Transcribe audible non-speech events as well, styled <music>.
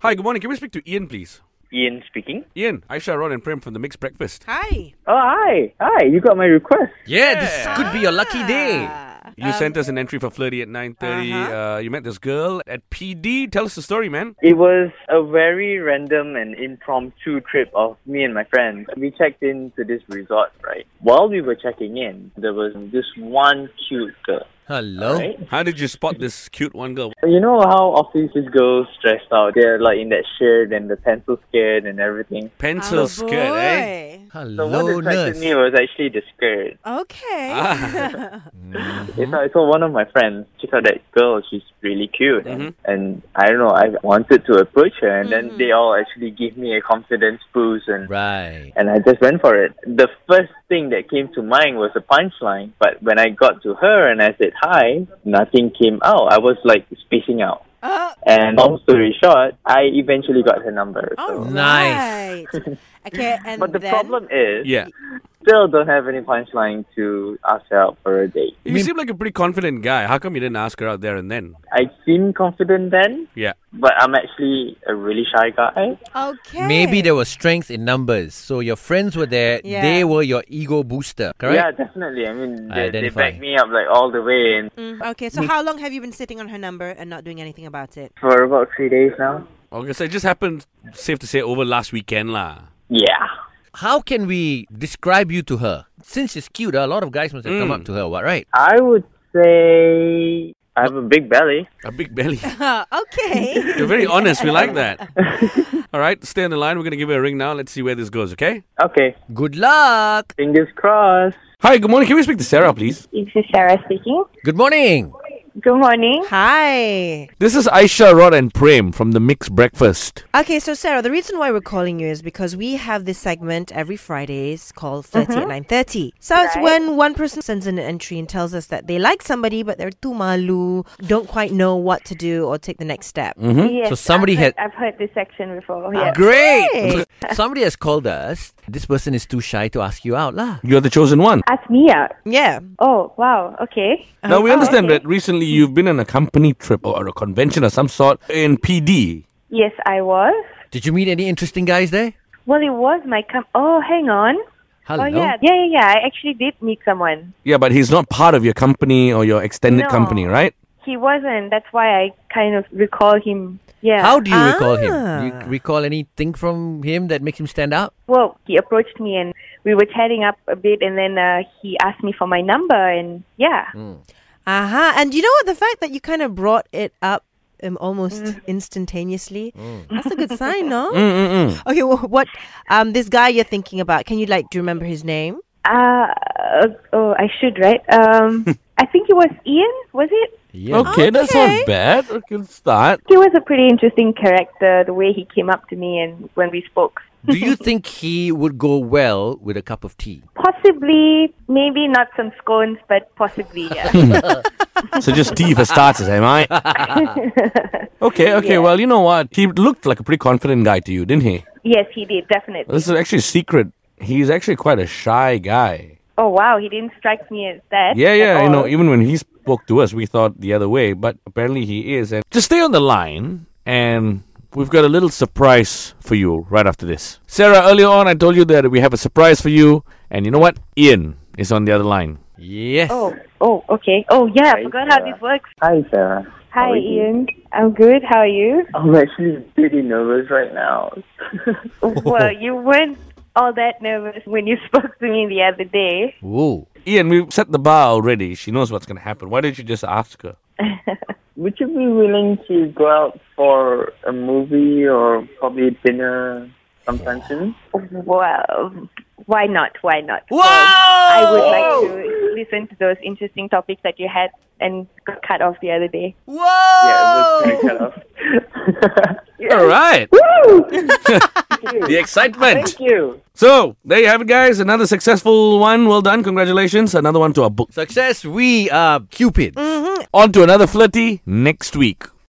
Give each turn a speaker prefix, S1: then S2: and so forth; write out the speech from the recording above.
S1: Hi, good morning. Can we speak to Ian, please?
S2: Ian speaking.
S1: Ian, Aisha, Ron, and Prem from the Mixed Breakfast.
S3: Hi.
S2: Oh, hi. Hi, you got my request.
S4: Yeah, this could be your lucky day.
S3: Ah. Uh-huh.
S1: You sent us an entry for Flirty at 9.30. uh you met this girl at PD. Tell us the story, man.
S2: It was a very random and impromptu trip of me and my friends. We checked into this resort, right? While we were checking in, there was this one cute girl,
S4: Hello.
S2: right?
S1: How did you spot this cute one girl?
S2: You know how often these girls dressed out? They're like in that shirt and the pencil skirt and everything.
S1: Pencil
S3: Oh,
S1: skirt, eh?
S3: boy.
S2: So what
S4: Hello,
S2: attracted
S4: nurse.
S2: me was actually the skirt.
S3: Okay.
S4: Ah. Mm-hmm.
S2: It's I told one of my friends, check out that girl, she's really cute.
S4: Mm-hmm.
S2: And I don't know, I wanted to approach her, and then they all actually gave me a confidence boost, and
S4: Mm-hmm. Right.
S2: and I just went for it. The first thing that came to mind was a punchline, but when I got to her and I said hi, nothing came out. I was like spacing out.
S3: <laughs> Oh,
S2: And long story short, I eventually got her number.
S3: all
S2: so.
S4: Oh, Nice.
S3: right.
S2: <laughs>
S3: Okay, and
S2: But the
S3: then,
S2: problem is,
S1: Yeah.
S2: still don't have any punchline to ask her out for a date.
S1: You seem like a pretty confident guy. How come you didn't ask her out there and then?
S2: I seem confident then,
S1: Yeah.
S2: but I'm actually a really shy guy.
S3: Okay.
S4: Maybe there was strength in numbers. So your friends were there.
S3: Yeah.
S4: They were your ego booster,
S2: Yeah,
S4: correct?
S2: definitely. I mean, they, they
S4: Oh, Identify.
S2: backed me up like all the way, and
S3: Mm, okay, so how long have you been sitting on her number and not doing anything about it? <laughs>
S2: for about three days now.
S1: Okay, so it just happened, safe to say, over last weekend lah.
S2: Yeah.
S4: How can we describe you to her? Since she's cute, a lot of guys must have come
S1: Mm.
S4: up to her, what, right?
S2: I would say I have a big belly.
S1: A big
S3: <laughs>
S1: belly.
S3: Huh,
S4: <laughs>
S3: okay.
S1: You're very honest. We like that. All right, stay on the line. We're going to give her a ring now. Let's see where this goes, okay?
S2: Okay,
S4: Good luck.
S2: fingers crossed.
S1: Hi, good morning. Can we speak to Sarah, please?
S5: This is Sarah speaking.
S4: Good morning.
S5: Good morning.
S3: Hi.
S1: This is Aisha, Rod, and Prem from the Mixed Breakfast.
S3: Okay, so Sarah, the reason why we're calling you is because we have this segment every Fridays called 30
S2: Mm-hmm.
S3: at 930. So it's
S5: Right.
S3: when one person sends in an entry and tells us that they like somebody but they're too malu, don't quite know what to do or take the next step.
S5: Yes,
S4: Mm-hmm. So somebody
S5: I've heard,
S4: had- Ah,
S5: I've heard this section before. Yeah.
S4: Great. <laughs> Somebody has called us. This person is too shy to ask you out, lah.
S1: You're the chosen one.
S5: Ask me out.
S3: Yeah.
S5: Oh wow. Oh, Okay.
S1: Now, we understand
S5: okay.
S1: that recently you've been on a company trip or a convention of some sort in PD.
S5: Yes, I was.
S4: Did you meet any interesting guys there?
S5: Well, it was my com. Oh, hang on.
S4: Hello.
S5: Oh yeah, yeah, yeah, yeah. I actually did meet someone.
S1: Yeah, but he's not part of your company or your extended
S5: No.
S1: company, right?
S5: He wasn't. That's why I kind of recall him. Yeah.
S4: How do you recall him?
S3: Ah.
S4: Do you recall anything from him that makes him stand out?
S5: Well, he approached me and we were chatting up a bit, and then uh, he asked me for my number, and yeah.
S4: Mm.
S3: Aha. Uh-huh. And you know what? The fact that you kind of brought it up um, almost instantaneously, that's a good sign, no?
S1: Mm. Mm-mm-mm.
S3: Okay, well, what um this guy you're thinking about? Can you like do you remember his name?
S5: Uh, oh, I should right.
S4: <laughs>
S5: Um, I think it was Ian. Was it?
S4: Yeah.
S1: Okay, that's
S3: Okay.
S1: not bad. We can start.
S5: He was a pretty interesting character, the way he came up to me and when we spoke.
S4: do you think he would go well with a cup of tea?
S5: Possibly, maybe not some scones, but possibly,
S1: <laughs>
S5: yeah.
S1: So just T for starters, am
S5: <laughs>
S1: I? Okay, okay. Well, you know what? He looked like a pretty confident guy to you, didn't he?
S5: yes, he did, definitely.
S1: This is actually a secret. He's actually quite a shy guy.
S5: Oh, wow, he didn't strike me as that.
S1: Yeah,
S5: at
S1: yeah. You
S5: all.
S1: know, even when he spoke to us, we thought the other way, but apparently he is. And just stay on the line, and we've got a little surprise for you right after this. Sarah, earlier on, I told you that we have a surprise for you, and you know what? Ian is on the other line.
S4: Yes.
S5: Oh, oh, okay. Oh, yeah, I forgot how this works.
S2: Hi, Sarah. uh, How
S5: Hi,
S2: are you?
S5: Ian. I'm good. How are
S2: <laughs>
S5: you?
S2: I'm actually pretty nervous right now. <laughs>
S5: well, you weren't all that nervous when you <laughs> spoke to me the other day.
S4: Whoa.
S1: Ian, we've set the bar already. She knows what's going to happen. Why don't you just ask her?
S2: Would you be willing to go out for a movie or probably dinner sometime soon?
S5: Well, why not? Why not?
S4: Wow!
S5: I would like to listen to those interesting topics that you had and got cut off the other day.
S2: Yeah, it was pretty tough.
S1: All right. <laughs>
S2: Woo!
S1: The excitement.
S2: Thank you.
S1: So there you have it, guys. Another successful one. Well done. Congratulations. Another one to our book.
S4: Success, we are Cupids.
S1: On to another flirty next week.